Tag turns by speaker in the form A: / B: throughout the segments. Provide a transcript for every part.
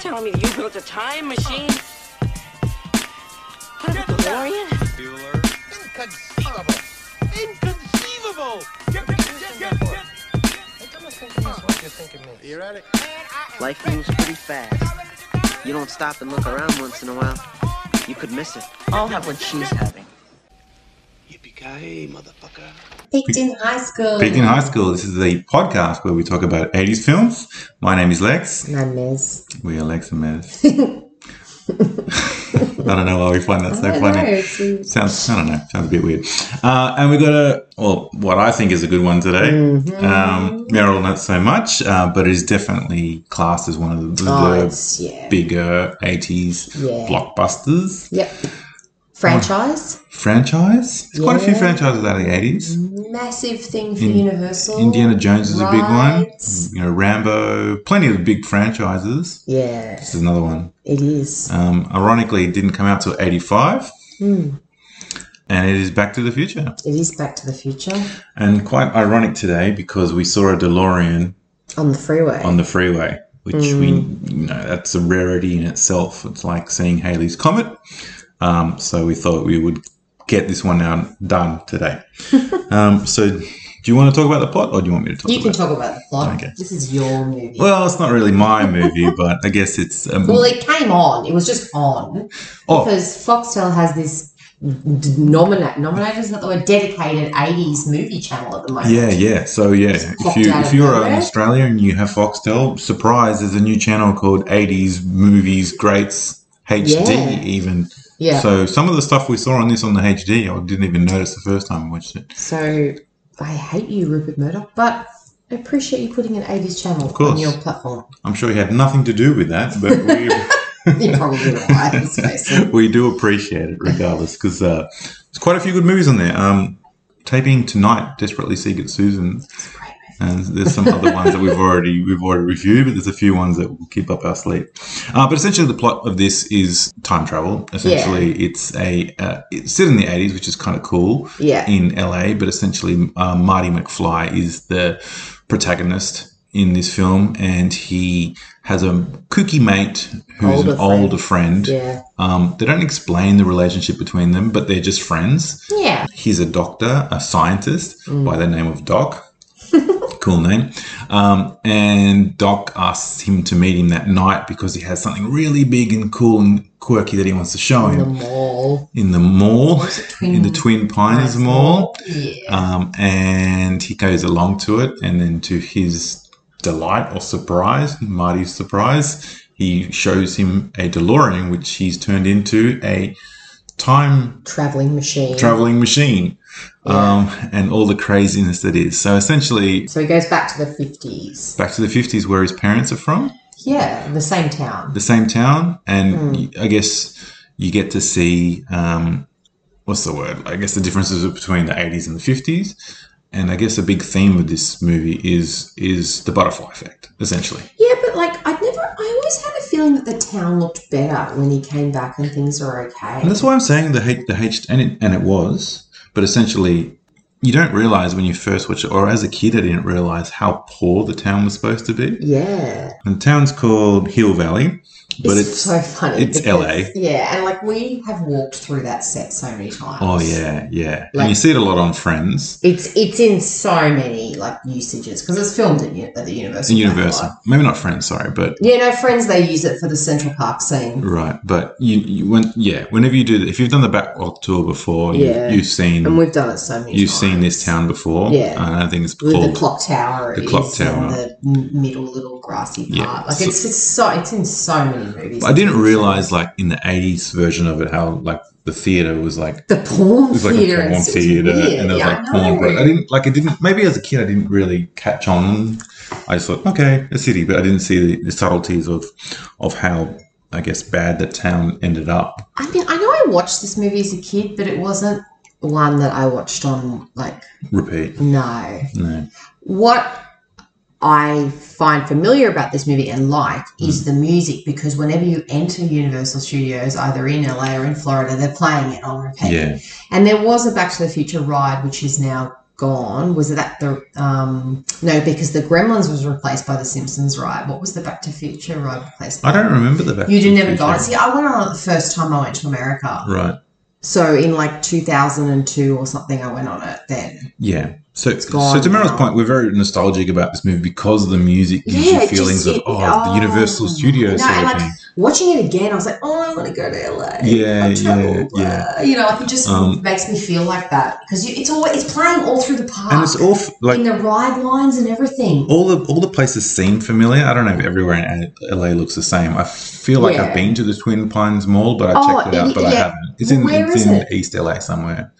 A: telling me that you built a time machine? What, a DeLorean?
B: Inconceivable! Inconceivable! Get, get, get, get, get. You ready?
C: Life moves pretty fast. You don't stop and look around once in a while. You could miss it. I'll have what she's having.
B: Yippee-ki-yay, motherfucker.
D: Picked in high school.
E: Speaking High School, this is the podcast where we talk about 80s films. My name is Lex.
D: My miss.
E: We are Lex and Mez. I don't know why we find that so
D: I
E: funny.
D: know, it's- it's-
E: Sounds, I don't know, sounds a bit weird. Uh, and we got a, well, what I think is a good one today.
D: Mm-hmm.
E: Um, Meryl, not so much, uh, but it is definitely classed as one of the,
D: Oh,
E: the
D: it's, yeah.
E: bigger 80s
D: Yeah.
E: blockbusters.
D: Yep. Franchise.
E: Franchise? There's quite a few
D: Yeah. Mm-hmm.
E: franchises out of the 80s.
D: Massive thing for
E: In-
D: Universal.
E: Indiana Jones is a big one.
D: Rides.
E: You know, Rambo, plenty of big franchises.
D: Yeah,
E: This is another one.
D: it is.
E: Um, ironically, it didn't come out till 85,
D: Mm,
E: and it is Back to the Future.
D: It is Back to the Future
E: And quite ironic today because we saw a DeLorean
D: on the freeway.
E: on the freeway, which
D: Hmm.
E: we, you know, that's a rarity in itself. It's like seeing Halley's Comet. Um, so we thought we would get this one now done today. um, so do you want to talk about the plot or do you want me to talk
D: you
E: about
D: can
E: it?
D: talk about the plot.
E: Okay.
D: This is your movie. Well,
E: Well, it's not really my movie, but I guess it's. Um,
D: it came on. It was just on
E: oh,
D: because Foxtel has this d- nominate nominated is not the word dedicated 80s movie channel at the moment.
E: Yeah, yeah. So yeah, if
D: popped
E: you
D: out
E: if
D: of
E: you're uh,
D: nowhere.
E: in Australia and you have Foxtel, surprise, there's a new channel called 80s Movies Greats HD
D: Yeah.
E: even.
D: Yeah.
E: So some of the stuff we saw on this on the HD, I didn't even notice the first time I watched it.
D: So I hate you, Rupert Murdoch, but I appreciate you putting an 80s channel
E: course.
D: on your platform.
E: I'm sure you had nothing to do with that, but
D: You're probably right, let's face it.
E: we, we do appreciate it regardless because uh, there's quite a few good movies on there. Um, taping tonight, Desperately Seek Susan. And there's some other ones that we've already we've already reviewed, but there's a few ones that will keep up our sleep. Uh, but essentially, the plot of this is time travel. Essentially, it's a uh, it's set in the 80s, which is kind of cool
D: Yeah.
E: in LA. But essentially, uh, Marty McFly is the protagonist in this film, and he has a kooky mate who's
D: Older
E: an
D: friend.
E: older friend.
D: Yeah.
E: Um, they don't explain the relationship between them, but they're just friends.
D: Yeah.
E: He's a doctor, a scientist by the name of Doc. cool name. Um, and Doc asks him to meet him that night because he has something really big and cool and quirky that he wants to show
D: The
E: him
D: mall.
E: in the mall,
D: Twin
E: in Mm. the Twin Pines
D: Pines
E: Mall.
D: Yeah.
E: Um, and he goes along to it, and then to his delight or surprise, Marty's surprise, he shows him a DeLorean, which he's turned into a time
D: Traveling machine.
E: traveling machine um, and all the craziness that is. So essentially,
D: so he goes back to the 50s.
E: back to the 50s where his parents are from,
D: Yeah, the same town.
E: the same town, and y I I guess you get to see um, what's the word? I guess the differences between the 80s and the 50s. And I guess a big theme of this movie is is the butterfly effect, essentially.
D: Yeah, but like I'd never I always had a feeling that the town looked better when he came back and things were okay.
E: And that's why I'm saying the H, the H and, it, and it was, but essentially, you don't realize when you first watch it, or as a kid, I didn't realize how poor the town was supposed to be.
D: yeah.
E: And the town's called Hill Valley, but it's,
D: so funny.
E: it's
D: because-
E: LA.
D: Yeah, and like we have walked through that set so many times.
E: oh yeah, yeah, and
D: Like-
E: you see it a lot on Friends
D: It's it's in so many like usages because it's filmed at, uni- at the Universal.
E: and
D: Park
E: Universal.
D: lot.
E: Maybe not Friends, sorry, but
D: Yeah, no, Friends they use it for the Central Park scene.
E: right. But you, you when yeah, whenever you do that, if you've done the backlog tour before,
D: Yeah.
E: you, you've seen
D: And we've done it so many
E: you've
D: times.
E: seen this town before.
D: Yeah.
E: and I think it's
D: With
E: called
D: the clock tower,
E: The
D: it
E: clock
D: is
E: tower.
D: in the m- middle little grassy part.
E: Yeah,
D: like
E: so-
D: it's, it's so it's in so many movies.
E: I didn't realize like in the eighties version of it how like the theater was like
D: the porn
E: it was like
D: theater.
E: a porn
D: it's- it's
E: theater
D: weird.
E: and it was
D: Yeah,
E: like
D: I
E: porn.
D: know.
E: But I didn't like it didn't maybe as a kid I didn't really catch on. I just thought okay a city, but I didn't see the, the subtleties of of how I guess bad that town ended up.
D: I mean, I know I watched this movie as a kid, but it wasn't one that I watched on like
E: Repeat.
D: no.
E: No.
D: what I find familiar about this movie and like is the
E: Hmm.
D: music because whenever you enter Universal Studios, either in LA or in Florida, they're playing it on repeat.
E: Yeah.
D: And there was a Back to the Future ride, which is now gone. Was that the um no? Because the Gremlins was replaced by the Simpsons, right? What was the Back to Future ride replaced? By?
E: I don't remember the back.
D: You
E: to
D: didn't
E: the
D: ever go on it. See,
E: Future.
D: I went on it the first time I went to America.
E: Right.
D: So in like 2002 or something, I went on it then.
E: Yeah. So,
D: gone
E: so to Meryl's
D: now.
E: point, we're very nostalgic about this movie because the music gives
D: Yeah,
E: you
D: it just-
E: feelings of
D: it-
E: oh,
D: oh.
E: the Universal Studios
D: No,
E: sort
D: and
E: of
D: like-
E: thing.
D: Watching it again, I was like, oh, I want to go to LA.
E: Yeah,
D: I've
E: yeah,
D: traveled,
E: yeah.
D: uh, You know, like it just
E: Um,
D: makes me feel like that because it's all it's playing all through the park
E: And it's all f- like
D: in the ride lines and everything.
E: all the all the places seem familiar. I don't know if everywhere in A- LA looks the same. I feel like
D: Yeah.
E: I've been to the Twin Pines Mall, but I
D: Oh,
E: checked it out,
D: it-
E: but I
D: yeah.
E: haven't. It's in
D: Where
E: it's
D: is
E: in
D: it?
E: East LA somewhere,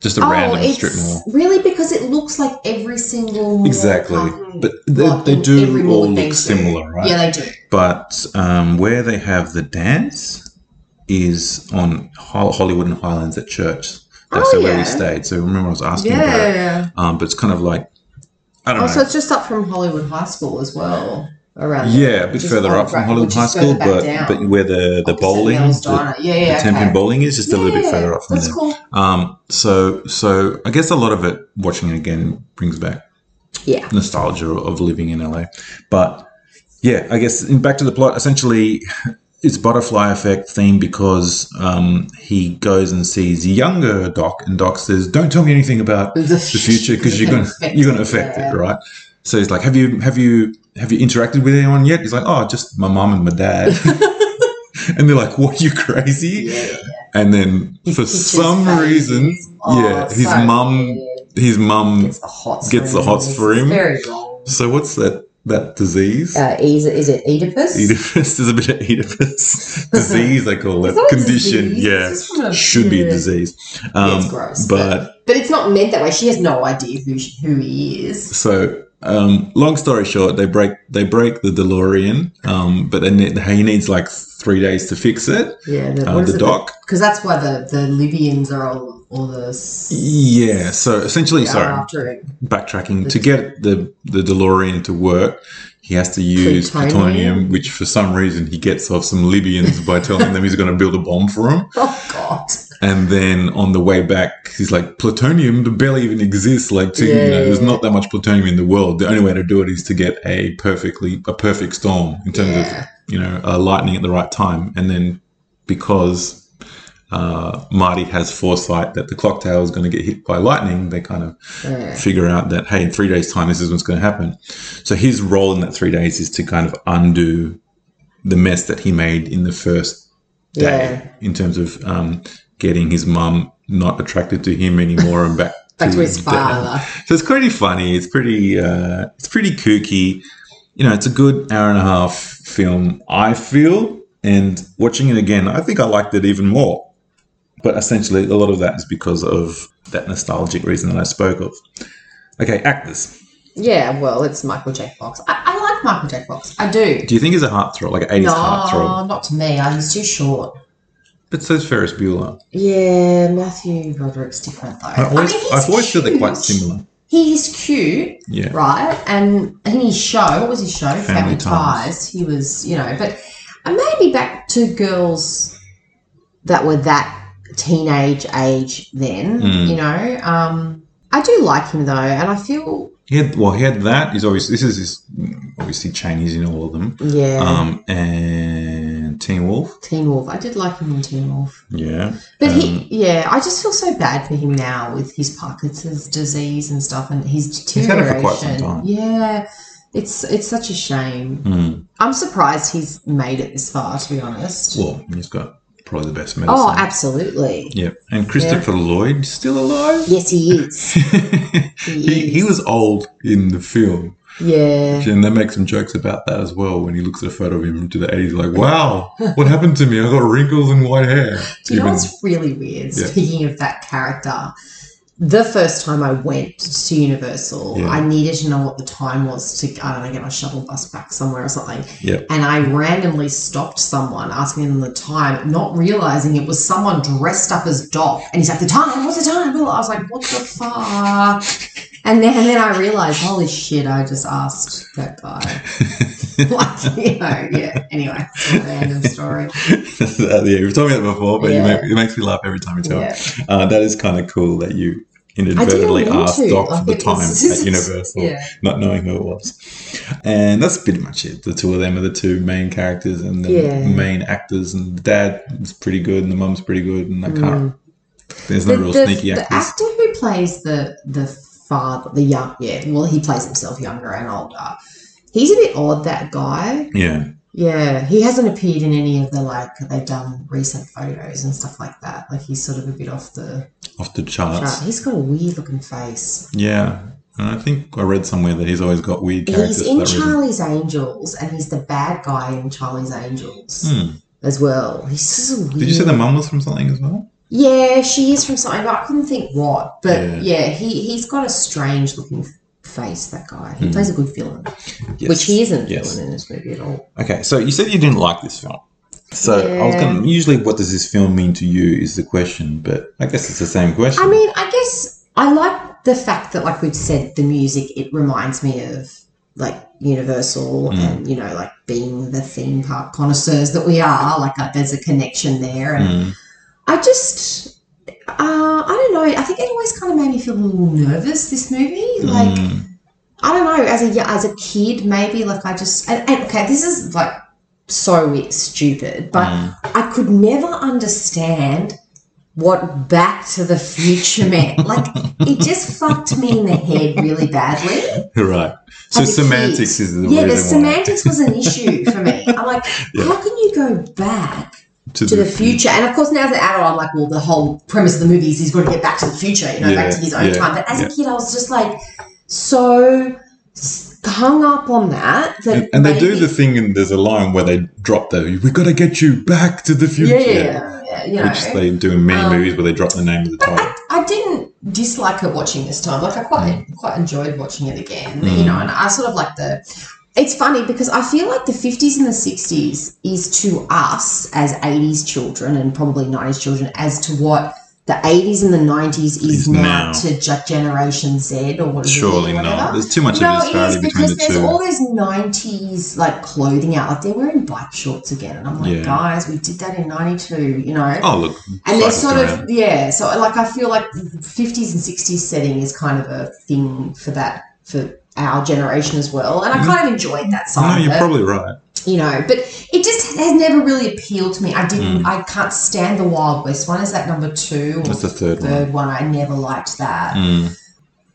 E: just a random strip mall.
D: Oh, really because it looks like every single mall
E: Exactly,
D: parking
E: but they,
D: lot
E: they
D: in every
E: do
D: mall
E: all
D: they
E: look
D: do.
E: similar, right?
D: Yeah, they do.
E: But um, where they have the dance is on Ho- Hollywood and Highlands at church. That's
D: Oh,
E: where we
D: yeah.
E: stayed. So remember, I was asking about it.
D: Yeah.
E: Um, but it's kind of like I don't
D: Oh,
E: know.
D: so it's just up from Hollywood High School as well. Around
E: yeah, a bit
D: Just
E: further
D: on
E: up from
D: right-
E: Hollywood
D: which
E: High
D: is further
E: School,
D: back
E: but
D: down.
E: but where the the
D: Opposite
E: bowling,
D: Mel's
E: the,
D: Diner. yeah,
E: the
D: yeah,
E: Tenpin
D: okay.
E: bowling is just a little bit
D: Yeah,
E: further up from
D: That's
E: there.
D: cool.
E: Um, so so I guess a lot of it watching it again brings back
D: Yeah.
E: nostalgia of living in LA. But yeah, I guess in back to the plot. Essentially, it's butterfly effect theme because um, he goes and sees younger Doc, and Doc says, "Don't tell me anything about
D: The
E: the future because you're gonna you're gonna affect it, right?" So he's like, "Have you have you have you interacted with anyone yet?" He's like, "Oh, just my mom and my dad." and they're like, "What? You crazy?"
D: Yeah.
E: And then
D: He
E: for
D: pitches
E: some
D: faces.
E: reason,
D: Oh,
E: yeah, his
D: so
E: mum
D: weird.
E: his mum
D: gets the hots.
E: gets the hots for him.
D: Very wrong.
E: so what's that that disease?
D: Uh, is, is it Oedipus?
E: Oedipus is a bit of Oedipus disease. I call
D: It's
E: that
D: not a
E: condition.
D: disease,
E: Yeah,
D: it's just a-
E: should be a
D: yeah.
E: disease. Um,
D: Yeah, it's gross,
E: But
D: But it's not meant that way. She has no idea who she, who he is.
E: so, um, long story short, they break they break the DeLorean, um, but then it- he needs like three days to fix it.
D: Yeah, the,
E: Uh, the doc.
D: Because that's why the, the Libyans are all, all the. s-
E: Yeah. So essentially,
D: are
E: sorry,
D: After him.
E: backtracking to get the the DeLorean to work. He has to use plutonium,
D: Plutonium?
E: which for some reason he gets off some Libyans by telling them he's going to build a bomb for them.
D: Oh, God.
E: And then on the way back, he's like, plutonium barely even exists. Like, to, you
D: Yeah,
E: know,
D: yeah,
E: there's
D: yeah.
E: not that much plutonium in the world. The only way to do it is to get a perfectly a perfect storm in terms
D: Yeah.
E: of you know uh, lightning at the right time. And then because uh, Marty has foresight that the clock tower is going to get hit by lightning, they kind of
D: Yeah.
E: figure out that hey, in three days' time, this is what's going to happen. So his role in that three days is to kind of undo the mess that he made in the first day in terms of um, getting his mum not attracted to him anymore and back,
D: Back to his
E: dad.
D: father.
E: So it's pretty funny. It's pretty uh, it's pretty kooky. You know, it's a good hour and a half film. I feel and watching it again, I think I liked it even more. But essentially, a lot of that is because of that nostalgic reason that I spoke of. Okay, actors.
D: Yeah, well, it's Michael J. Fox. I, I like Michael J. Fox. I do.
E: Do you think he's a heartthrob, like an 80s
D: no,
E: heartthrob?
D: not to me. I, he's too short.
E: But so's Ferris Bueller.
D: Yeah, Matthew Broderick's different though.
E: I always, I
D: mean, he's
E: have always feel they're quite
D: cute.
E: similar.
D: He's cute,
E: Yeah.
D: right? And in his show, what was his show? Family,
E: Ties.
D: Ties. He was, you know, but and maybe back to girls that were that teenage age then,
E: Mm.
D: you know. Um, I do like him though, and I feel
E: He had well, he had that. He's obviously this is his obviously Chinese in all of them.
D: yeah,
E: Um and Teen Wolf.
D: Teen Wolf. I did like him in Teen Wolf,
E: Yeah.
D: but
E: Um,
D: he, yeah, I just feel so bad for him now with his Parkinson's disease and stuff, and his
E: He's had it for
D: deterioration.
E: quite some time.
D: Yeah, it's it's such a shame.
E: Hmm.
D: I'm surprised he's made it this far, to be honest.
E: Well, he's got probably the best medicine.
D: oh, absolutely.
E: Yeah. And Christopher Lloyd still alive?
D: Yes, he is.
E: he, he
D: is.
E: was old in the film.
D: Yeah.
E: And they make some jokes about that as well when he looks at a photo of him to the 80s, like, wow, what happened to me? I got wrinkles and white hair.
D: Do you know
E: Even-
D: what's really weird?
E: Yeah.
D: Speaking of that character, the first time I went to Universal,
E: Yeah.
D: I needed to know what the time was to, I don't know, get my shuttle bus back somewhere or something.
E: Yeah.
D: And I randomly stopped someone asking them the time, not realizing it was someone dressed up as Doc. And he's like, The time, what's the time? I was like, What the fuck? And then, and then I realized, holy shit, I just asked that guy. like, you know, yeah. Anyway, it's a random story.
E: yeah, you've told me that before, but you
D: Yeah.
E: make, it makes me laugh every time you tell it.
D: Yeah.
E: Uh, that is kind of cool that you inadvertently
D: want
E: asked
D: to.
E: Doc
D: I
E: for the
D: think
E: time
D: this is-
E: at Universal,
D: yeah.
E: not knowing who it was. And that's pretty much it. The two of them are the two main characters and the
D: Yeah.
E: main actors. And the dad is pretty good, and the mum's pretty good. And I can't. There's no
D: Mm. the,
E: real
D: the-
E: sneaky
D: the
E: actors.
D: actor who plays the the father, the young, yeah, well, he plays himself younger and older. He's a bit odd, that guy.
E: yeah,
D: Yeah, he hasn't appeared in any of the like they've done recent photos and stuff like that. Like he's sort of a bit off the
E: off the
D: chart.
E: charts.
D: He's got a weird looking face.
E: Yeah. And I think I read somewhere that he's always got weird characters
D: He's
E: for
D: in
E: that reason.
D: Charlie's Angels, and he's the bad guy in Charlie's Angels
E: Hmm.
D: as well. He's just a weird.
E: Did you say the mum was from something as well?
D: Yeah, she is from something. but I couldn't think what, but
E: Yeah.
D: yeah, he he's got a strange looking face. That guy. He
E: Mm.
D: plays a good villain,
E: Yes.
D: which he isn't a
E: Yes.
D: villain in this movie at all.
E: Okay, so you said you didn't like this film. So I was
D: Yeah.
E: going to, usually what does this film mean to you is the question, but I guess it's the same question.
D: I mean, I guess I like the fact that, like we've said, the music it reminds me of like Universal
E: Mm.
D: and you know, like being the theme park connoisseurs that we are. Like, uh, there's a connection there, and
E: Mm.
D: I just, uh, I don't know. I think it always kind of made me feel a little nervous. This movie, like.
E: Mm.
D: I don't know, as a yeah, as a kid, maybe like I just and, and okay, this is like so weird- stupid, but
E: Mm.
D: I could never understand what Back to the Future meant. like it just fucked me in the head really badly.
E: right. So
D: As a
E: semantics
D: kid.
E: is the
D: yeah,
E: reason
D: the
E: why.
D: semantics was an issue for me. I'm like,
E: Yeah.
D: how can you go back to the future? And of course, now as an adult, I'm like, well, the whole premise of the movie is he's got to get back to the future, you know,
E: Yeah,
D: back to his own
E: yeah,
D: time. But as
E: yeah.
D: a kid, I was just like so s- hung up on that. that
E: And, and they do
D: maybe-
E: the thing, and there's a line where they drop the "We got to get you back to the future,"
D: Yeah, yeah, yeah, yeah, you
E: which
D: know.
E: they do in many
D: Um,
E: movies where they drop the name of the title.
D: I didn't dislike it watching this time. Like I quite quite enjoyed watching it again,
E: Mm.
D: you know. And I sort of like the. It's funny because I feel like the fifties and the sixties is to us as eighties children and probably nineties children as to what the eighties and the nineties is,
E: Is now.
D: now, to ge- Generation Z or what is it,
E: Surely
D: whatever.
E: not. There's too much of a
D: No, it is
E: disparity between
D: because
E: the
D: there's
E: two.
D: all this '90s like clothing out. Like they're wearing bike shorts again, and I'm like,
E: Yeah.
D: guys, we did that in '92, you know.
E: oh look,
D: and they're
E: cycles
D: sort of
E: around.
D: yeah. So like I feel like the '50s and '60s setting is kind of a thing for that for our generation as well, and I kind of enjoyed that
E: Mm-hmm. No,
D: side.
E: you're
D: of it,
E: probably right.
D: you know, but it just has never really appealed to me. I didn't.
E: Mm.
D: I can't stand the Wild West one. Is that number two? Or
E: That's the third one.
D: Third one, I never liked that.
E: Mm.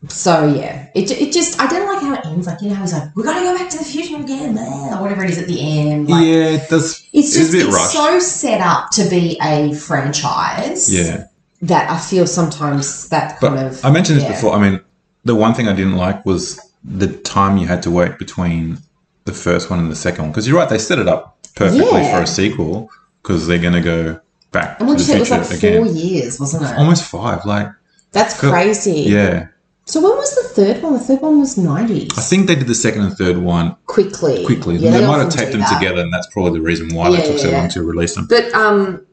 D: So yeah, it, ju- it just I don't like how it ends. Like you know, he's like, "We gotta go back to the future again," blah, or whatever it is at the end. Like,
E: yeah, it does.
D: it's
E: It's a
D: just
E: bit
D: it's
E: rushed.
D: so set up to be a franchise.
E: Yeah.
D: that I feel sometimes that
E: But
D: kind of.
E: I mentioned this
D: yeah.
E: before. I mean, the one thing I didn't like was the time you had to wait between the first one and the second one. Because you're right, they set it up perfectly
D: Yeah.
E: for a sequel because they're going to go back
D: And
E: to
D: what
E: the
D: you say it was
E: future
D: like four
E: again.
D: years, wasn't it?
E: Almost five. Like,
D: That's
E: Cool.
D: crazy.
E: yeah.
D: So when was the third one? The third one was nineties.
E: I think they did the second and third one
D: quickly.
E: quickly.
D: Yeah,
E: they might
D: often
E: have taped
D: do
E: them
D: that.
E: together, and that's probably the reason why
D: Yeah,
E: they took so
D: yeah,
E: long
D: yeah.
E: to release them.
D: But um,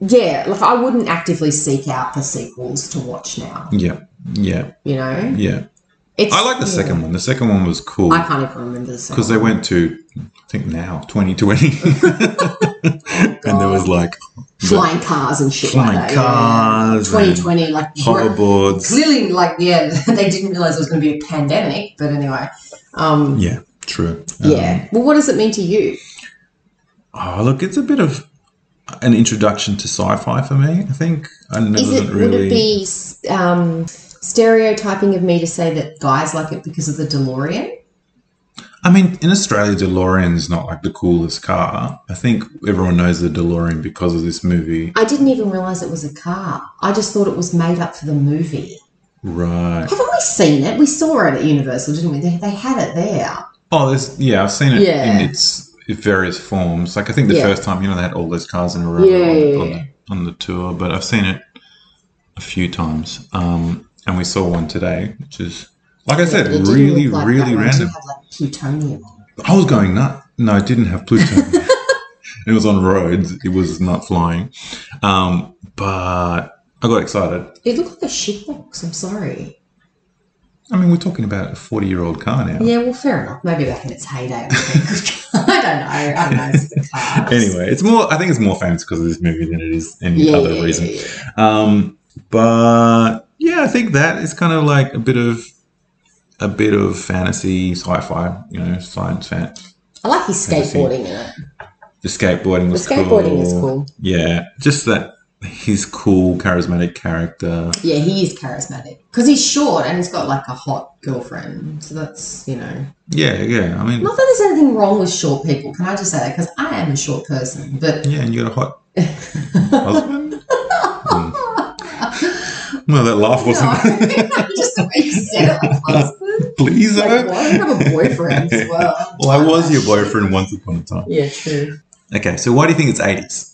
D: yeah, like I wouldn't actively seek out the sequels to watch now.
E: Yeah. Yeah.
D: You know,
E: Yeah.
D: it's.
E: I like the
D: yeah.
E: second one. The second one was cool.
D: I can't even remember the second.
E: because they went to I think now 2020, and there was like the
D: flying cars and shit.
E: flying
D: like that, yeah.
E: cars, and
D: 2020, like
E: hoverboards.
D: clearly, like yeah, they didn't realize it was going to be a pandemic. But anyway, um,
E: Yeah, true. Um,
D: yeah. Well, what does it mean to you?
E: Oh, look, it's a bit of an introduction to sci-fi for me. I think I never
D: Is it would
E: really.
D: it be s- um, stereotyping of me to say that guys like it because of the DeLorean?
E: I mean, in Australia, DeLorean's not like the coolest car. I think everyone knows the DeLorean because of this movie,
D: I didn't even realize it was a car. I just thought it was made up for the movie.
E: right?
D: Haven't we seen it? We saw it at Universal, didn't we? They, they had it there.
E: Oh, there's yeah, I've seen it
D: Yeah.
E: in its its various forms. Like I think the
D: Yeah.
E: first time, you know, they had all those cars in a row
D: Yeah,
E: on,
D: yeah,
E: on
D: yeah.
E: the, on the tour, but I've seen it a few times. Um, and we saw one today, which is like I said,
D: But it didn't
E: really,
D: look like
E: really
D: that one. It
E: random.
D: Had like plutonium.
E: I was going nuts. No, it didn't have Pluto. it was on roads. It was not flying. Um, but I got excited.
D: It looked like a shitbox. I'm sorry.
E: I mean, we're talking about a forty-year-old car now.
D: Yeah, well, fair enough. Maybe back in its heyday, it was a good car. I don't know. I don't know. It's the cars.
E: Anyway, it's more. I think it's more famous because of this movie than it is any
D: yeah,
E: other
D: yeah,
E: reason.
D: yeah, yeah.
E: Um, but yeah, I I think that is kind of like a bit of a bit of fantasy sci-fi, you know, science fan.
D: I like his skateboarding in it.
E: The skateboarding
D: The
E: was
D: skateboarding
E: cool.
D: is cool.
E: Yeah, just that his cool, charismatic character.
D: Yeah, he is charismatic because he's short and he's got like a hot girlfriend. So that's you know,
E: Yeah, yeah. I mean,
D: not that there's anything wrong with short people. Can I just say that? Because I am a short person, but
E: yeah, and you got a hot husband. Hmm. No, that laugh
D: No,
E: wasn't.
D: just the way you said it, like husband.
E: Please,
D: Like,
E: though.
D: why do you have a boyfriend as well?
E: Well, I was your boyfriend once upon a time.
D: Yeah, true.
E: Okay, so why do you think it's 80s?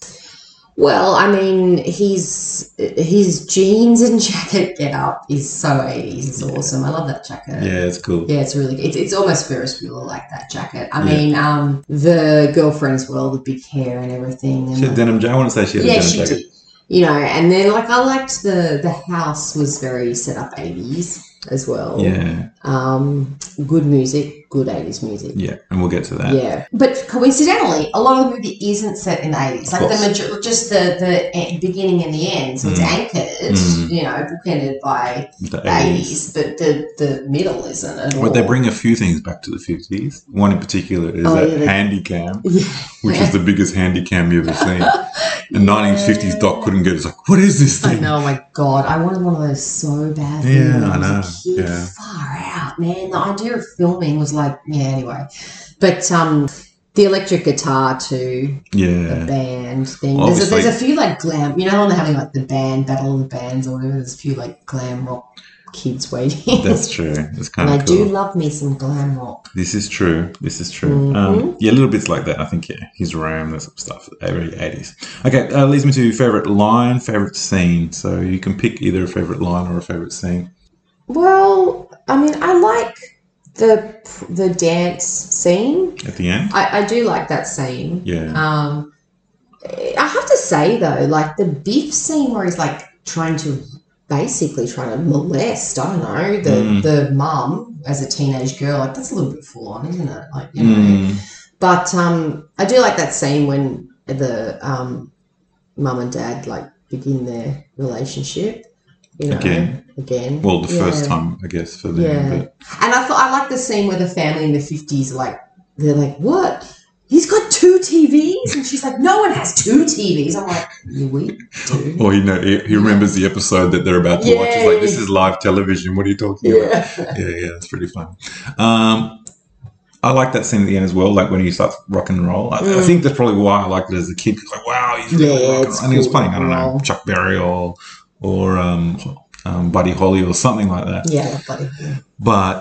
D: Well, I mean, he's his jeans and jacket get up is so 80s. It's awesome. I love that jacket.
E: Yeah, it's cool.
D: Yeah, it's really good. It's, it's almost Ferris Bueller like that jacket. I
E: Yeah.
D: mean, um, the girlfriend's well, the big hair and everything. And
E: She had
D: the-
E: denim jacket. I want to say she had
D: yeah,
E: a denim
D: she
E: jacket.
D: did. You know, and then like I liked the the house was very set up 80s as well.
E: Yeah,
D: Um, good music, good 80s music.
E: yeah, and we'll get to that.
D: Yeah, but coincidentally, a lot of the movie isn't set in the eighties. Like the
E: course.
D: major, just the the en- beginning and the end, so it's
E: Mm.
D: anchored,
E: Mm.
D: you know, bookended by
E: The
D: the
E: 80s.
D: eighties, but the the middle isn't at all.
E: Well, they bring a few things back to the 50s. One in particular is
D: Oh,
E: that
D: yeah, they-
E: handy cam,
D: Yeah,
E: which is the biggest handy cam you've ever seen. The 1950s doc couldn't get it. It's like, what is this
D: I
E: thing?
D: know. My God, I wanted one of those so bad.
E: Yeah,
D: when
E: I
D: was a
E: know,
D: kid.
E: yeah.
D: far out, man. The idea of filming was like, yeah. Anyway, but um, the electric guitar too. the
E: Yeah.
D: band thing.
E: Well,
D: There's a, there's a
E: obviously-
D: few like glam, you know, when they're having like the band battle of the bands or whatever. There's a few like glam rock kids waiting.
E: That's true. That's
D: and
E: kind
D: I
E: of
D: do
E: cool.
D: love me some glam rock.
E: This is true. This is
D: Mm-hmm.
E: true. Um, yeah, little bits like that. I think yeah, his room, that sort of stuff. Early eighties. Okay, uh, leads me to favorite line, favorite scene. So you can pick either a favorite line or a favorite scene.
D: Well, I mean, I like the the dance scene.
E: At the end,
D: I, I do like that scene.
E: yeah,
D: Um, I have to say though, like the Biff scene where he's like trying to basically trying to molest, I don't know, the
E: Mm.
D: the mum as a teenage girl. Like that's a little bit full on, isn't it? Like you know.
E: Mm,
D: But um, I do like that scene when the um, mum and dad like begin their relationship. You know,
E: Again.
D: Again.
E: well, the first
D: Yeah.
E: time, I guess, for them.
D: Yeah.
E: But
D: And I thought I like the scene where the family in the fifties like they're like, "What? He's got two TVs," and she's like, "No one has two TVs." I'm like, "Yeah, "We do."
E: or you know, he, he remembers the episode that they're about to watch. It's like this is live television. What are you talking about? yeah, yeah, that's pretty fun. Um, I like that scene at the end as well, like when he starts rock and roll. I, I
D: Mm.
E: think that's probably why I liked it as a kid. 'cause Like, wow, he's really
D: Yeah, yeah,
E: rock and roll.
D: it's
E: And he was
D: cool
E: playing, I don't
D: rock and
E: know,
D: roll.
E: Chuck Berry or or um, um, Buddy Holly or something like that.
D: Yeah, buddy.
E: But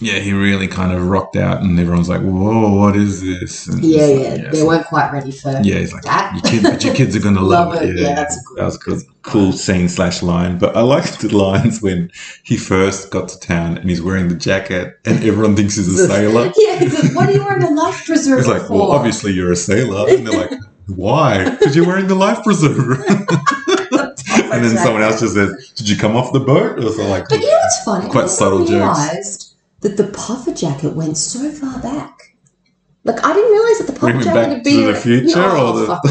E: yeah, he really kind of rocked out, and everyone's like, "Whoa, what is this?" And
D: Yeah,
E: it's like,
D: yeah.
E: it's
D: They
E: like-
D: weren't quite ready for
E: yeah, he's like,
D: that.
E: your kid, but your kids are gonna love,
D: Love
E: it.
D: it. Yeah, that's a
E: that was good. Cool scene slash line, but I liked the lines when he first got to town and he's wearing the jacket and everyone thinks he's a sailor.
D: Yeah, it's like, what are you wearing a life preserver
E: He's like,
D: for?
E: well, obviously you're a sailor, and they're like, why? Because you're wearing the life preserver. and then someone else just says, did you come off the boat? Or so like,
D: But you know what's funny?
E: Quite
D: I
E: subtle jokes.
D: realized that the puffer jacket went so far back. Like I didn't realize that the puffer
E: Bring me
D: jacket
E: back
D: had been
E: to the future
D: Oh,
E: or the-
D: fucking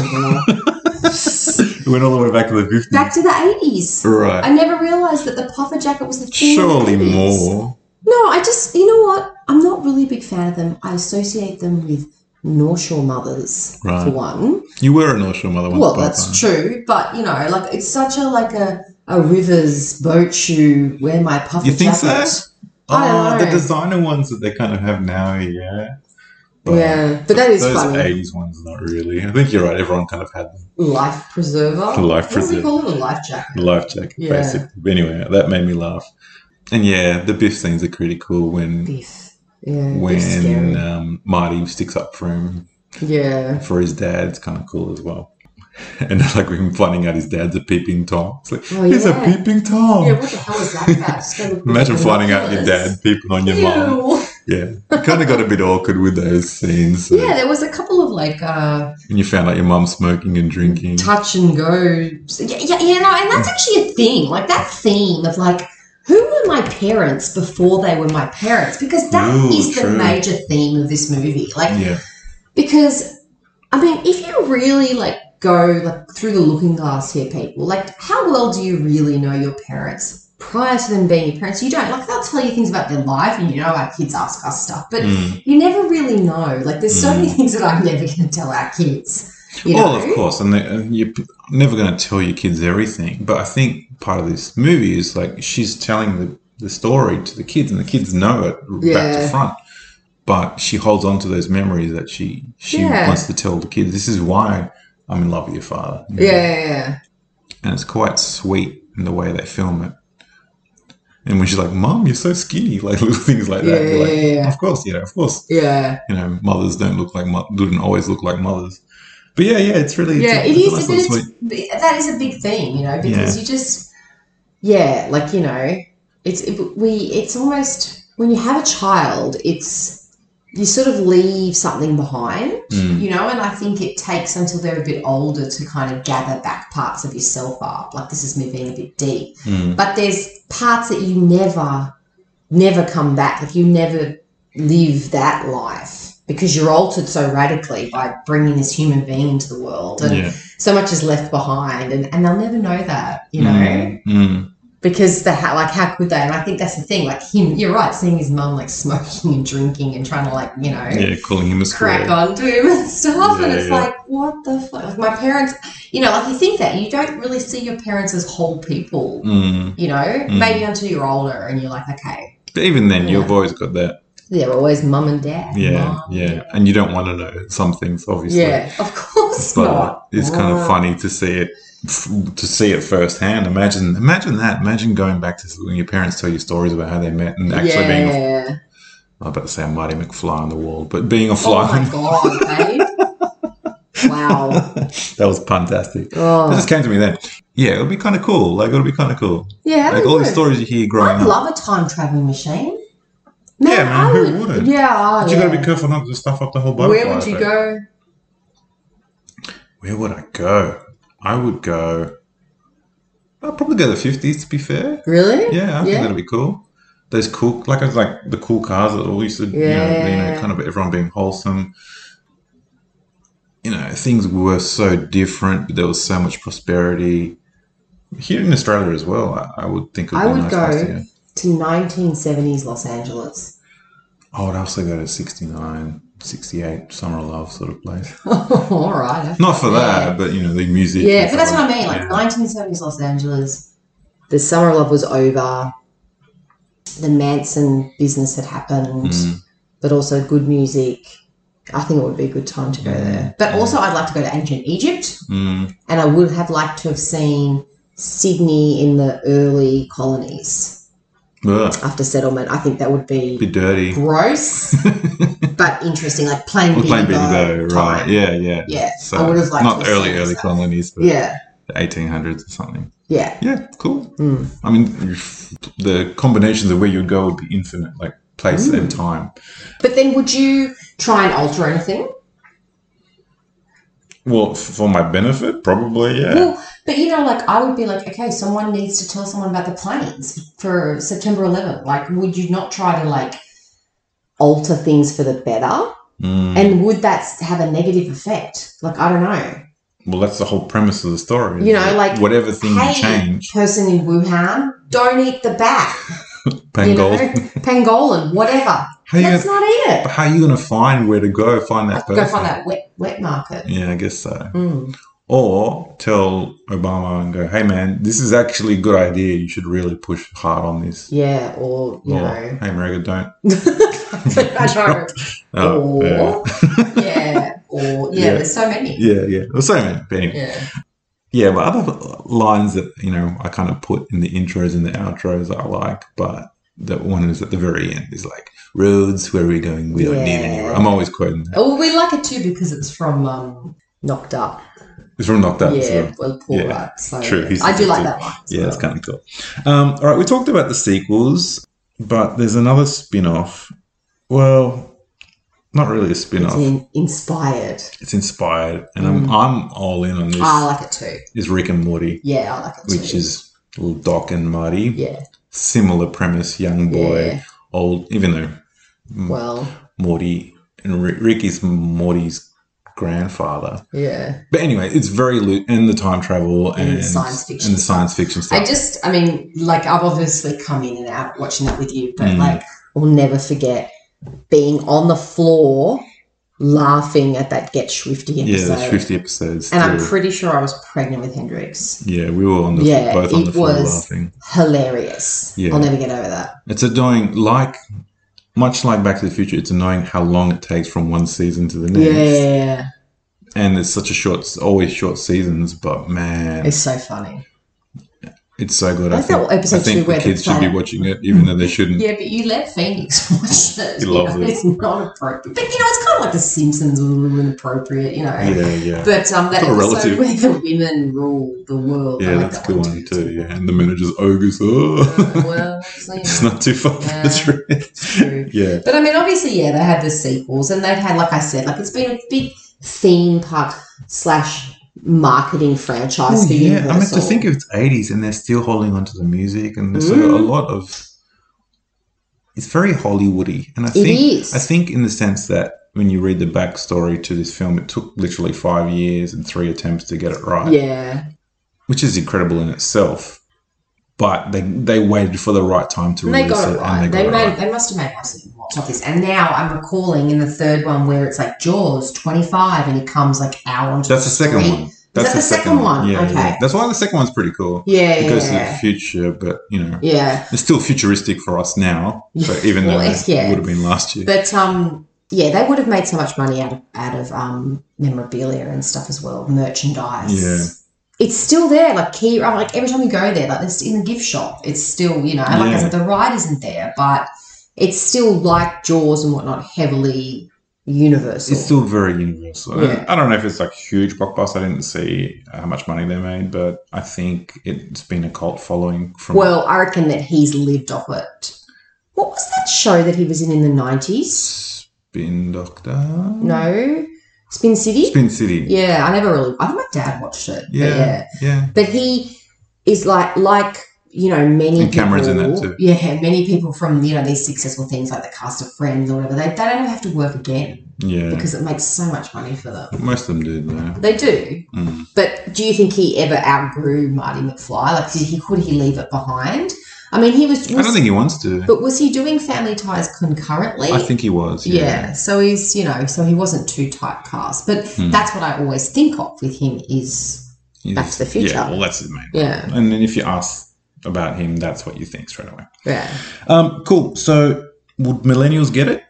E: it
D: hell.
E: went all the way back to the 50s.
D: back to the eighties.
E: right.
D: I never realized that the puffer jacket was the thing. of
E: Surely
D: the 80s.
E: more.
D: No, I just you know what? I'm not really a big fan of them. I associate them with Norshore mothers for
E: Right.
D: one.
E: You were an offshore mother once.
D: Well,
E: upon a
D: that's
E: time.
D: true, but you know, like it's such a like a a rivers boat shoe. Wear my puffer
E: You think so?
D: jacket. I
E: Oh,
D: don't
E: the
D: know.
E: designer ones that they kind of have now, yeah. But
D: yeah, but that is
E: those
D: funny.
E: 80s ones, not really. I think you're right. Everyone kind of had them.
D: Life preserver.
E: The life
D: What do
E: preserver.
D: we call it? A life jacket.
E: life jacket,
D: Yeah.
E: basically. But anyway, that made me laugh. And yeah, the Biff scenes are pretty cool when
D: Beef. Yeah. beef's
E: when
D: scary.
E: um, Marty sticks up for him
D: yeah.
E: for his dad. It's kind of cool as well. And like him finding out his dad's a peeping tom. It's like
D: Oh,
E: he's
D: yeah.
E: a peeping tom.
D: Yeah. What the hell is that about? Just gotta look
E: Oh. Imagine
D: at
E: finding out your
D: binoculars.
E: dad peeping on your mom.
D: Ew.
E: Yeah, it kind of got a bit awkward with those scenes. so-
D: Yeah, there was a couple of like uh,
E: And you found out your mum's smoking and drinking.
D: touch and go. Yeah, yeah, you know, and that's actually a thing. Like that theme of like, who were my parents before they were my parents? Because that
E: Ooh,
D: is the
E: true.
D: major theme of this movie. Like,
E: Yeah,
D: because I mean, if you really like go like through the looking glass here, people, like how well do you really know your parents prior to them being your parents, you don't like they'll tell you things about their life, and you know our kids ask us stuff, but
E: Mm.
D: you never really know. Like there's so
E: Mm.
D: many things that I'm never going to tell our kids. You know?
E: Well, of course, and they, and you're p- never going to tell your kids everything. But I think part of this movie is like she's telling the, the story to the kids, and the kids know it back to
D: Yeah.
E: front. But she holds on to those memories that she she
D: Yeah.
E: wants to tell the kids. This is why I'm in love with your father. you know?
D: Yeah, yeah, yeah.
E: and it's quite sweet in the way they film it. And when she's like, "Mom, you're so skinny," like little things like that.
D: Yeah,
E: you're like,
D: yeah, yeah, yeah.
E: Of course, you know, of course,
D: yeah.
E: you know, mothers don't look like mo- didn't always look like mothers. But yeah, yeah, it's really
D: yeah, it
E: it's,
D: is.
E: a nice little
D: but
E: sweet-
D: it's, that is a big thing, you know, because you just, yeah, like you know, it's it, we. It's almost when you have a child, it's you sort of leave something behind,
E: Mm.
D: you know, and I think it takes until they're a bit older to kind of gather back parts of yourself up. Like this is me being a bit deep,
E: Mm.
D: but there's parts that you never, never come back. Like you never live that life because you're altered so radically by bringing this human being into the world and
E: yeah.
D: so much is left behind and, and they'll never know that you know
E: Mm. Mm.
D: because the how like how could they and i think that's the thing like him you're right seeing his mum like smoking and drinking and trying to like you know
E: yeah, calling him a
D: crack
E: square.
D: on to him and stuff and
E: Yeah,
D: it's
E: yeah.
D: like what the fuck like my parents you know like you think that you don't really see your parents as whole people
E: Mm.
D: you know
E: Mm.
D: maybe until you're older and you're like okay
E: But even then,
D: Yeah.
E: you've always got that.
D: they're always mum and dad
E: Yeah,
D: mum,
E: yeah, and you don't want to know some things, obviously.
D: yeah of course
E: but
D: not
E: it's kind of
D: Ah.
E: funny to see it to see it firsthand. Imagine, imagine that. Imagine going back to when your parents tell you stories about how they met and actually being. A,
D: yeah. Oh
E: I'm about to say a Marty McFly on the wall, but being a fly.
D: Oh my god, babe. wow.
E: that was fantastic. That
D: Oh.
E: just came to me then. Yeah, it'll be kind of cool. Like it'll be kind of cool.
D: Yeah.
E: like all the stories you hear growing
D: I'd
E: up.
D: love a time traveling machine.
E: Yeah, man,
D: I
E: who wouldn't?
D: Yeah, oh,
E: But you
D: yeah.
E: gotta be careful not to stuff up the whole butterfly.
D: Where would you
E: effect.
D: go?
E: Where would I go? I would go. I'd probably go to the fifties. To be fair,
D: Really?
E: yeah, I think
D: Yeah.
E: that'd be cool. Those cool, like I was like the cool cars that all used to, you, know, you know,
D: Yeah.
E: kind of everyone being wholesome. You know, things were so different, but there was so much prosperity here in Australia as well. I, I would think it would
D: I
E: be a
D: would
E: nice place
D: go.
E: to go.
D: To 1970s Los Angeles.
E: I would also go to 69, 68, Summer of Love sort of place.
D: All right.
E: Not for that, but you know, the music.
D: Yeah,
E: and
D: but that's
E: stuff.
D: what I mean. Like
E: Yeah.
D: 1970s Los Angeles. The summer love was over. The Manson business had happened.
E: Mm.
D: but also good music. I think it would be a good time to go there. But also, I'd like to go to ancient Egypt,
E: Mm.
D: and I would have liked to have seen Sydney in the early colonies
E: Mm. Ugh,
D: after settlement. I think that would
E: be
D: be
E: dirty.
D: gross, but interesting, like plain
E: Well,
D: Big
E: plain
D: Bo
E: Bendigo, right?
D: time.
E: Yeah, yeah.
D: Yeah,
E: So
D: I would have liked
E: not
D: to
E: early,
D: see
E: early
D: that.
E: colonies, but
D: yeah,
E: the 1800s or something.
D: yeah.
E: Yeah, cool.
D: Mm.
E: I mean, if- the combinations of where you would go would be infinite, like place
D: Hmm.
E: and time.
D: But then, would you try and alter anything?
E: Well, f- for my benefit, probably, yeah.
D: Well, but you know, like I would be like, okay, someone needs to tell someone about the planes for September 11th. Like, would you not try to like alter things for the better?
E: Mm.
D: And would that s- have a negative effect? Like, I don't know.
E: well, that's the whole premise of the story.
D: You know,
E: is that
D: like,
E: whatever thing you
D: hey,
E: change,
D: person in Wuhan, don't eat the bat. You know,
E: Pangol.
D: Pangolin, whatever.
E: How you
D: Let's
E: gonna,
D: not eat it.
E: how you gonna find where to go? Find that
D: Like,
E: person.
D: go find that wet wet market.
E: Yeah, I guess so.
D: Mm.
E: Or tell Obama and go, hey man, this is actually a good idea. You should really push hard on this.
D: Yeah, or you
E: or,
D: know,
E: hey America, don't.
D: I know.
E: Oh,
D: or yeah. or yeah,
E: Yeah.
D: There's so many.
E: yeah, yeah. yeah. Well, so many. But anyway.
D: yeah.
E: Yeah, but other lines that, you know, I kind of put in the intros and the outros I like, but that one is at the very end is like, roads, where are we going? We don't need any
D: Yeah.
E: roads. I'm always quoting that.
D: Oh, well, we like it too because it's from um, Knocked Up.
E: It's from Knocked Up.
D: yeah,
E: so-
D: well, Paul
E: yeah.
D: Rudd. So
E: True, he's
D: I do like
E: addicted.
D: that one. as
E: Yeah, that's
D: well.
E: kind of cool. Um, all right, we talked about the sequels, but there's another spin off. Well, not really a spin
D: It's
E: off,
D: in- Mm. inspired.
E: it's inspired, and I'm, I'm all in on this.
D: I like it too.
E: Is Rick and Morty,
D: Yeah, I like it
E: which
D: too.
E: is little Doc and Marty.
D: yeah,
E: Similar premise, young boy,
D: Yeah.
E: old, even though
D: well,
E: Morty and Rick, Rick is Morty's grandfather.
D: Yeah.
E: But anyway, it's very loo- in the time travel
D: And
E: and,
D: science fiction
E: and the science fiction
D: I
E: stuff.
D: just, I mean, like, I've obviously come in and out watching that with you, but
E: Mm.
D: like, we'll never forget being on the floor laughing at that Get Swifty
E: yeah,
D: episode.
E: there's 50 episodes.
D: and I'm
E: still.
D: pretty sure I was pregnant with Hendrix.
E: yeah, we were on the
D: Yeah,
E: both on the
D: it
E: floor
D: was-
E: laughing.
D: Hilarious.
E: Yeah.
D: I'll never get over that.
E: It's annoying, like much like Back to the Future. It's annoying how long it takes from one season to the next,
D: Yeah.
E: and it's such a short, it's always short seasons. But man,
D: It's
E: it's,
D: so funny.
E: so good. I
D: Like that
E: think, I
D: episode two
E: think the
D: where the
E: kids should be
D: planet-
E: watching it, even though they shouldn't.
D: Yeah, but you let Phoenix watch those.
E: He
D: you know,
E: loves it.
D: It's not appropriate. But you know, it's kind of like The Simpsons, a little inappropriate, you know.
E: yeah. yeah.
D: But um, that
E: Got a
D: episode
E: relative.
D: where the women rule the world. I
E: Yeah,
D: like
E: that's a
D: that
E: good one too. Yeah, and the manager's ogres.
D: Uh,
E: Oh,
D: well, so, you
E: it's
D: know,
E: not too far from the
D: Yeah.
E: truth.
D: true.
E: Yeah,
D: But I mean, obviously, yeah, they had the sequels, and they've had, like I said, like it's been a big theme park slash marketing franchise
E: Oh,
D: for
E: yeah. I mean,
D: Universal.
E: to think it's '80s and they're still holding onto the music, and there's
D: Mm.
E: so a lot of. It's very Hollywoody, and I
D: It
E: think
D: is.
E: I think in the sense that when you read the backstory to this film, it took literally five years and three attempts to get it right,
D: yeah,
E: which is incredible in itself. But they they waited for the right time to
D: and they
E: release
D: got
E: it,
D: it right.
E: and
D: They,
E: they got
D: made,
E: it right.
D: they must have made absolutely lots of this. And now I'm recalling in the third one where it's like Jaws 25, and it comes like out onto
E: That's the second
D: street.
E: one.
D: that
E: That's
D: the second one?
E: Yeah,
D: Okay.
E: yeah. That's why the second one's pretty cool.
D: Yeah,
E: It goes to the
D: yeah,
E: future, but you know,
D: yeah.
E: it's still futuristic for us now. But even
D: Well,
E: though
D: it's-
E: it
D: yeah.
E: would have been last year.
D: But um, yeah, they would have made so much money out of out of um, memorabilia and stuff as well, merchandise.
E: Yeah.
D: It's still there, like key. I'm Like every time you go there, like it's in the gift shop. It's still, you know, and like I
E: Yeah.
D: said, the ride isn't there, but it's still like Jaws and whatnot, heavily universal.
E: it's still very universal.
D: Yeah.
E: I don't know if it's like huge blockbuster. I didn't see how much money they made, but I think it's been a cult following from.
D: well, I reckon that he's lived off it. What was that show that he was in in the nineties?
E: Spin Doctor.
D: No, Spin City.
E: Mm. Spin City.
D: yeah, I never really. I think my dad watched it. but
E: Yeah.
D: yeah.
E: Yeah.
D: But he is like like you know many
E: And Cameron's in that
D: people,
E: too.
D: Yeah, many people from you know these successful things like the cast of Friends or whatever. They, they don't ever have to work again
E: Yeah.
D: because it makes so much money for them.
E: Most of them do though.
D: They do.
E: Mm.
D: But do you think he ever outgrew Marty McFly? Like did he could he leave it behind? I mean, he was.
E: I don't think he wants to.
D: But was he doing Family Ties concurrently?
E: I think he was.
D: Yeah.
E: Yeah.
D: so he's you know, so he wasn't too typecast, but
E: Hmm.
D: that's what I always think of with him is
E: He's-
D: Back to the Future.
E: Yeah. Well, that's his main.
D: yeah,
E: And then if you ask about him, that's what you think straight away.
D: yeah.
E: Um, cool. So would millennials get it?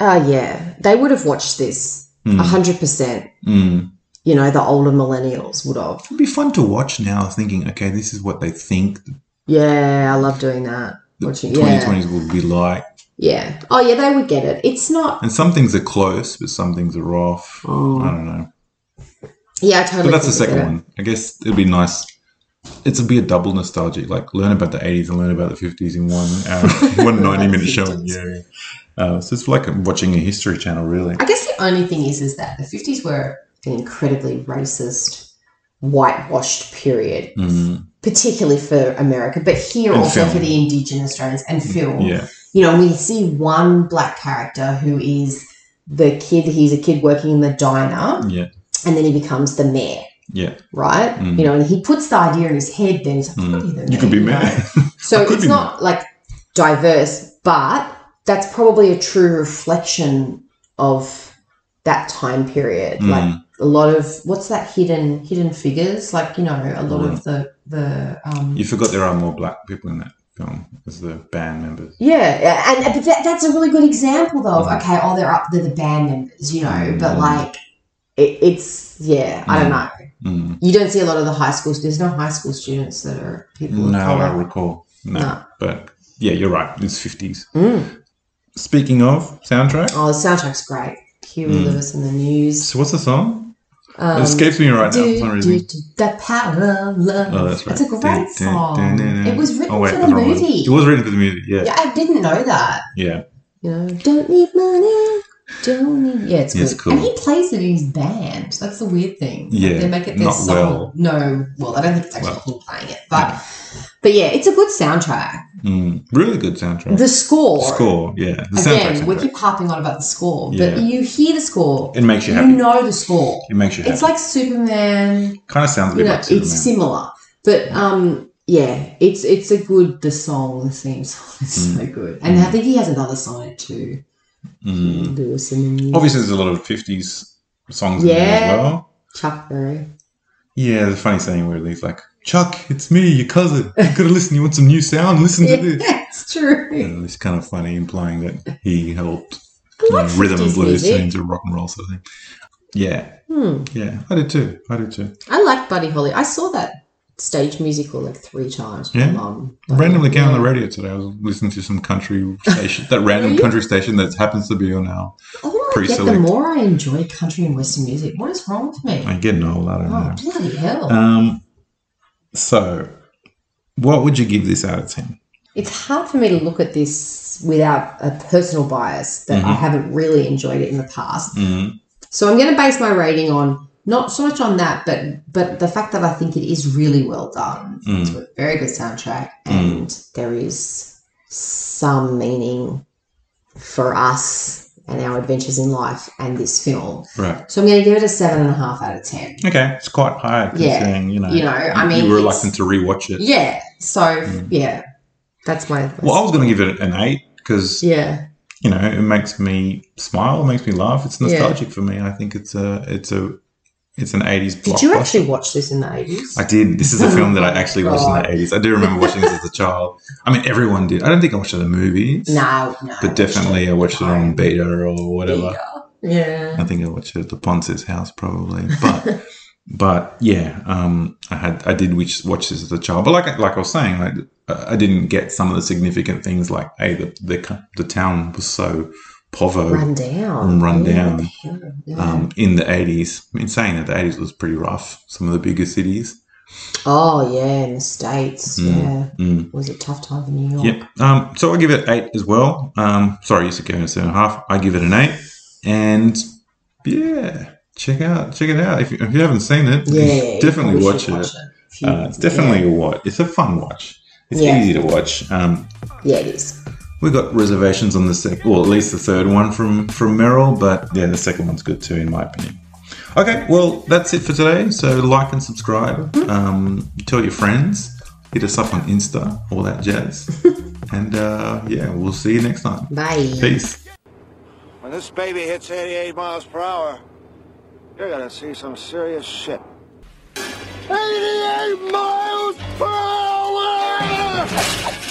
D: Oh yeah, they would have watched this a
E: Mm.
D: hundred percent.
E: Mm.
D: You know, the older millennials would have.
E: It'd be fun to watch now, thinking, okay, this is what they think the
D: Yeah, I love doing that. Watching, yeah,
E: 2020s will be like.
D: yeah. Oh yeah, they would get it. It's not.
E: And some things are close, but some things are off. I
D: Oh.
E: don't know.
D: Yeah, I totally.
E: But that's the
D: think
E: second
D: they get
E: one.
D: it.
E: I guess it'd be nice. It'd be a double nostalgic, like learn about the 80s and learn about the 50s in one hour, one 90 minute show. Yeah. Uh, so it's like watching a history channel, really.
D: I guess the only thing is, is that the fifties were an incredibly racist, whitewashed period,
E: Mm,
D: particularly for America, but here
E: And
D: also for
E: film. Mm-hmm.
D: the Indigenous Australians and film.
E: yeah.
D: you know, we see one black character who is the kid, he's a kid working in the diner.
E: Yeah.
D: And then he becomes the mayor,
E: Yeah.
D: right?
E: Mm.
D: You know, and he puts the idea in his head, then he's like, I could be the mayor.
E: You could be
D: you know?
E: mad.
D: So
E: I could
D: it's
E: be
D: not like diverse, but that's probably a true reflection of that time period.
E: Mm.
D: Like a lot of what's that hidden hidden figures? Like, you know, a lot
E: Mm.
D: of the the um
E: You forgot there are more black people in that film as the band members.
D: Yeah, yeah, and but that, that's a really good example though. Of,
E: Mhm.
D: okay, oh, they're up, they're the band members, you know, but
E: Mhm.
D: like it, it's yeah, I don't know.
E: Mm.
D: You don't see a lot of the high school. There's no high school students that are people
E: No,
D: of
E: I don't
D: color.
E: recall. No.
D: No.
E: But yeah, you're right. It's 50s.
D: Mm.
E: Speaking of soundtrack,
D: Oh, the soundtrack's great. Huey
E: Mm.
D: Lewis and the News.
E: so what's the song?
D: Um,
E: it escapes me right now for
D: do,
E: some
D: do,
E: reason.
D: do, the power of love.
E: Oh, that's right.
D: It's a great
E: Dun,
D: song.
E: dun, dun, dun, dun.
D: It was written
E: Oh, wait,
D: for
E: the
D: the
E: wrong one.
D: movie.
E: It was written for the movie. Yeah.
D: Yeah, I didn't know that.
E: Yeah.
D: You know, don't need money. Don't need. Yeah, it's,
E: Yeah, it's
D: good.
E: cool.
D: And he plays it in his band. That's the weird thing. Like,
E: Yeah,
D: they make it their
E: not
D: song.
E: well.
D: No, well, I don't think it's actually
E: Well.
D: him playing it, but but yeah, it's a good soundtrack.
E: Mm, really good soundtrack.
D: The score.
E: score, yeah. The soundtrack's
D: Again, we
E: great.
D: keep harping on about the score,
E: Yeah.
D: but you hear the score,
E: It makes you
D: you
E: happy.
D: know the score.
E: It makes you happy.
D: It's like Superman.
E: kind of sounds a
D: You
E: bit
D: know,
E: like
D: it's
E: Superman.
D: similar, but um, yeah, it's it's a good. The song, the theme song, is so good, and I think he has another song in it too.
E: Mm.
D: Lewis and then
E: Obviously, there's a lot of 50s songs in there
D: Yeah.
E: as well.
D: Chuck Berry.
E: Yeah, the funny saying where he's like, Chuck, it's me, your cousin. You gotta listen. You want some new sound? Listen to this.
D: Yeah, it's true.
E: And it's kind of funny, implying that he helped
D: I like
E: you know, rhythm and
D: 50s
E: blues
D: music.
E: scene into rock and roll sort of thing. Yeah,
D: Hmm.
E: yeah, I did too. I did too.
D: I like Buddy Holly. I saw that stage musical like three times. with
E: Yeah?
D: my mum.
E: Randomly came on the
D: Yeah.
E: radio today. I was listening to some country station, that random country station that happens to be on our.
D: The older I get, the
E: pre-select.
D: more I enjoy country and western music. What is wrong with me?
E: I'm getting old. I don't
D: Oh,
E: know.
D: bloody hell.
E: Um, so, what would you give this out of ten?
D: it's hard for me to look at this without a personal bias that I
E: Mhm.
D: haven't really enjoyed it in the past.
E: Mm,
D: So I'm going to base my rating on not so much on that, but but the fact that I think it is really well done. It's
E: mm,
D: a very good soundtrack, and there is some meaning for us and our adventures in life and this film.
E: right.
D: So I'm going to give it a seven and a half out of ten.
E: Okay, it's quite high
D: Yeah,
E: considering you know.
D: You know, I mean,
E: you were
D: it's-
E: reluctant to rewatch it.
D: Yeah. So
E: Mm.
D: yeah, that's my.
E: Well, I was going to give it an eight because
D: yeah.
E: you know it makes me smile, it makes me laugh. It's
D: Yeah.
E: nostalgic for me. I think it's a it's a it's an eighties.
D: Did you actually watch this in the eighties?
E: I did. This is a film that I actually watched in
D: God.
E: the eighties. I do remember watching this as a child. I mean, everyone did. I don't think I watched it in the movies,
D: No, no.
E: but definitely I watched it on Beta or whatever.
D: Yeah.
E: I think I watched it at the Ponce's house probably, but but yeah, um, I had I did watch, watch this as a child, but like I- like I was saying, like I I didn't get some of the significant things like hey the the, co- the town was so povo
D: Run down.
E: Run
D: Yeah,
E: down.
D: what the hell, yeah.
E: um, in the eighties. I mean, saying that the eighties was pretty rough. Some of the bigger cities,
D: oh yeah, in the states.
E: Mm.
D: Yeah.
E: mm.
D: It was a tough time for New York.
E: yep. Um, so I give it eight as well. Um, sorry, you said giving it a seven and a half. I give it an eight, and yeah. Check out, check it out. If you, if you haven't seen it, you should
D: Yeah,
E: definitely
D: we should
E: watch it.
D: If you-
E: Uh, it's definitely a watch. It's a fun watch. It's
D: Yeah.
E: easy to watch. Um,
D: yeah, yeah, it is.
E: we got reservations on the second, well, at least the third one from from Merrill, but yeah, the second one's good too, in my opinion. Okay, well, that's it for today. So like and subscribe.
D: Mm-hmm.
E: Um, tell your friends. Hit us up on Insta, all that jazz. and uh, yeah, we'll see you next time.
D: Bye.
E: Peace.
F: When this baby hits 88 miles per hour, you're gonna see some serious shit. 88 miles per hour!